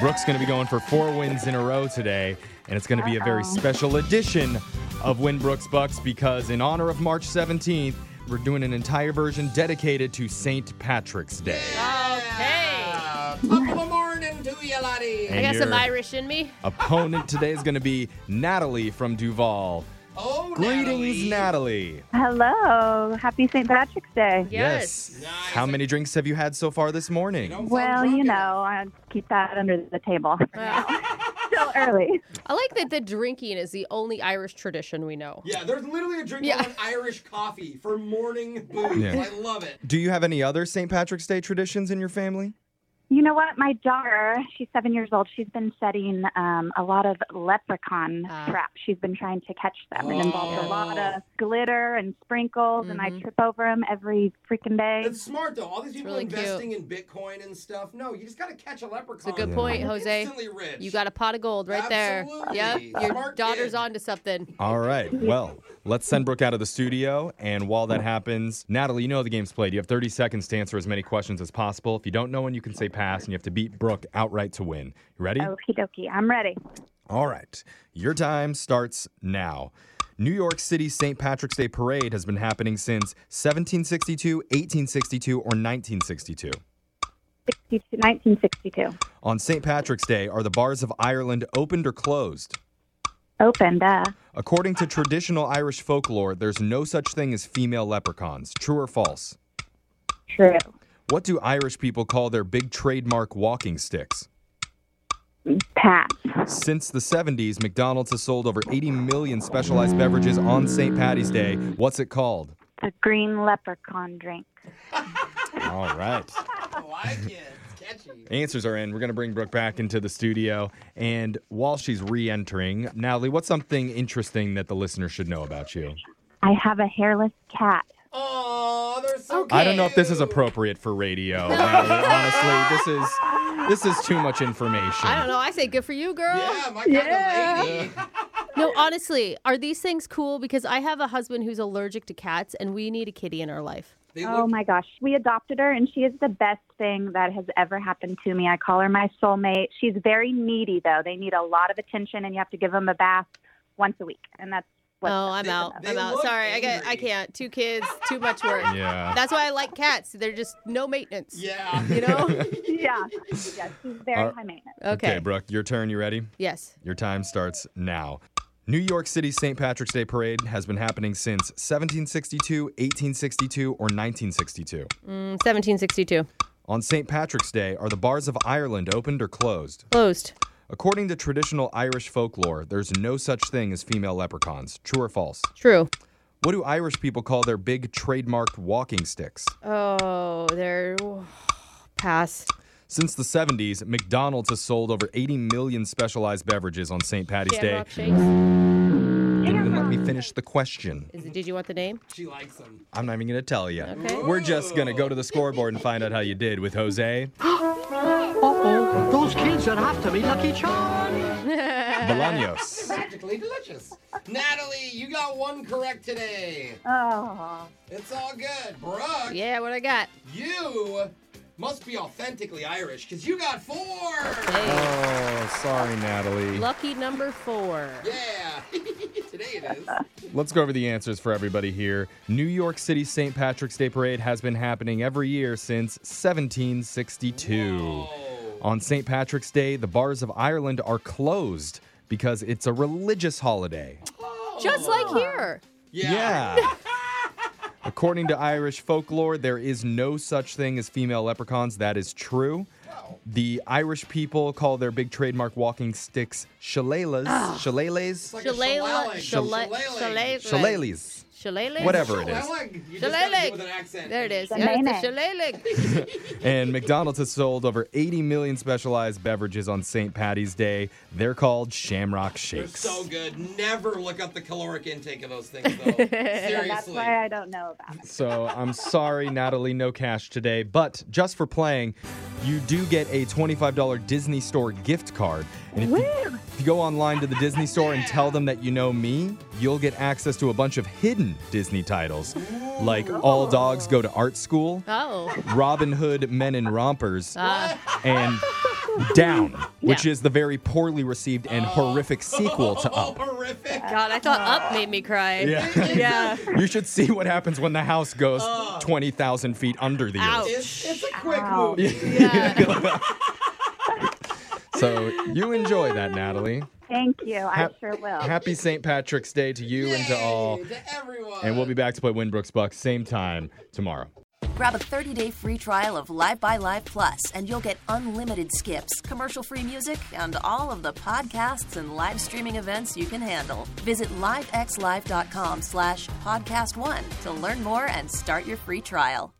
Brooke's going to be going for four wins in a row today, and it's going to be a very special edition of Win Brooks Bucks because in honor of March 17th, we're doing an entire version dedicated to St. Patrick's Day. Uh, Okay. Top of the morning to you, laddie. And I got some your Irish in me. opponent today is going to be Natalie from Duval. Oh, Greetings, Natalie. Hello. Happy St. Patrick's Day. Yes. Yes. How many drinks have you had so far this morning? Don't sound Well, drunk you enough. know, I keep that under the table. Wow. Still early. I like that the drinking is the only Irish tradition we know. Yeah, there's literally a drink Yeah. called Irish coffee for morning booze. Yeah. I love it. Do you have any other St. Patrick's Day traditions in your family? You know what? My daughter, she's seven years old. She's been studying um, a lot of leprechaun Ah. traps. She's been trying to catch them. It involves Oh. a lot of glitter and sprinkles, and I trip over them every freaking day. It's smart though. All these people really cute. investing in Bitcoin and stuff. No, you just gotta catch a leprechaun. It's a good point, You're Jose. Instantly rich. You got a pot of gold right Absolutely. there. Yep. Your Smart daughter's kid. onto something. All right. Well, let's send Brooke out of the studio. And while that happens, Natalie, you know how the game's played. You have 30 seconds to answer as many questions as possible. If you don't know one, you can say pass, and you have to beat Brooke outright to win. You ready? Okie dokie. I'm ready. All right. Your time starts now. New York City's St. Patrick's Day Parade has been happening since 1762, 1862, or 1962. 62 1962. On St. Patrick's Day, are the bars of Ireland opened or closed? Opened. Uh, According to traditional Irish folklore, there's no such thing as female leprechauns. True or false? true. What do Irish people call their big trademark walking sticks? Pass. Since the 70s, McDonald's has sold over 80 million specialized beverages on St. Patty's Day. What's it called? The green leprechaun drink. All right. Oh, I like it. It's catchy. Answers are in. We're going to bring Brooke back into the studio. And while she's re entering, Natalie, what's something interesting that the listener should know about you? I have a hairless cat. Oh, they're so Okay. I don't know if this is cute. appropriate for radio. Natalie. Honestly, this is this is too much information. I don't know. I say good for you, girl. Yeah, my kind Yeah. of lady. No, honestly, are these things cool? Because I have a husband who's allergic to cats, and we need a kitty in our life. They Oh look my gosh. We adopted her, and she is the best thing that has ever happened to me. I call her my soulmate. She's very needy, though. They need a lot of attention, and you have to give them a bath once a week. And that's what. oh, I'm they- out. they I'm out. look Sorry, I got. I angry. can't. Two kids, too much work. Yeah. That's why I like cats. They're just no maintenance. Yeah. You know? yeah. yeah. She's very Are- high maintenance. Okay. okay, Brooke, your turn. You ready? Yes. Your time starts now. New York City's St. Patrick's Day Parade has been happening since 1762, 1862, or 1962. Mm, 1762. On St. Patrick's Day, are the bars of Ireland opened or closed? Closed. According to traditional Irish folklore, there's no such thing as female leprechauns. True or false? True. What do Irish people call their big trademarked walking sticks? Oh, there. Pass. Since the 70s, McDonald's has sold over 80 million specialized beverages on St. Patty's Day. Shamrock shakes. Didn't even let me finish the question. Is it, did you want the name? She likes them. I'm not even going to tell you. Okay. We're just going to go to the scoreboard and find out how you did with Jose. Uh-oh, those kids are after me, Lucky Charms. Bolaños. Magically delicious. Natalie, you got one correct today. Oh. It's all good. Brooke, Yeah. What I got? you must be authentically Irish because you got four. Hey. Oh, sorry, Natalie. Lucky number four. Yeah. today it is. Let's go over the answers for everybody here. New York City St. Patrick's Day Parade has been happening every year since 1762. Whoa. On St. Patrick's Day, the bars of Ireland are closed because it's a religious holiday. Just like here. Yeah. Yeah. According to Irish folklore, there is no such thing as female leprechauns. That is true. The Irish people call their big trademark walking sticks shillelaghs. Shillelaghs? Ah. Like a Shalala. shillelagh. Shalala. Shillelaghs. Shillelagh. Whatever it is. Shillelagh. You just gotta do it with an accent. There it is. The Yeah, it's the mayonnaise. shillelagh. And McDonald's has sold over 80 million specialized beverages on St. Patty's Day. They're called Shamrock They're Shakes. so good. Never look up the caloric intake of those things, though. Seriously. And that's why I don't know about it. So I'm sorry, Natalie, no cash today. But just for playing, you do get a $25 Disney Store gift card. And if you, if you go online to the Disney Store and tell them that you know me, you'll get access to a bunch of hidden Disney titles, like All Dogs Go to Art School, Oh. Robin Hood Men in Rompers, Uh, and Down, which is the very poorly received and horrific sequel to Oh, Up. horrific. God, I thought Up made me cry. Yeah. Yeah. You should see what happens when the house goes 20,000 feet under the Ouch. earth. It's, it's a quick Wow. movie. So you enjoy that, Natalie. Thank you. I Hap- sure will. Happy St. Patrick's Day to you and to all. Yay, to everyone. And we'll be back to play Winbrooks Bucks same time tomorrow. Grab a 30-day free trial of Live by Live Plus, and you'll get unlimited skips, commercial-free music, and all of the podcasts and live streaming events you can handle. Visit livexlive.com slash podcast one to learn more and start your free trial.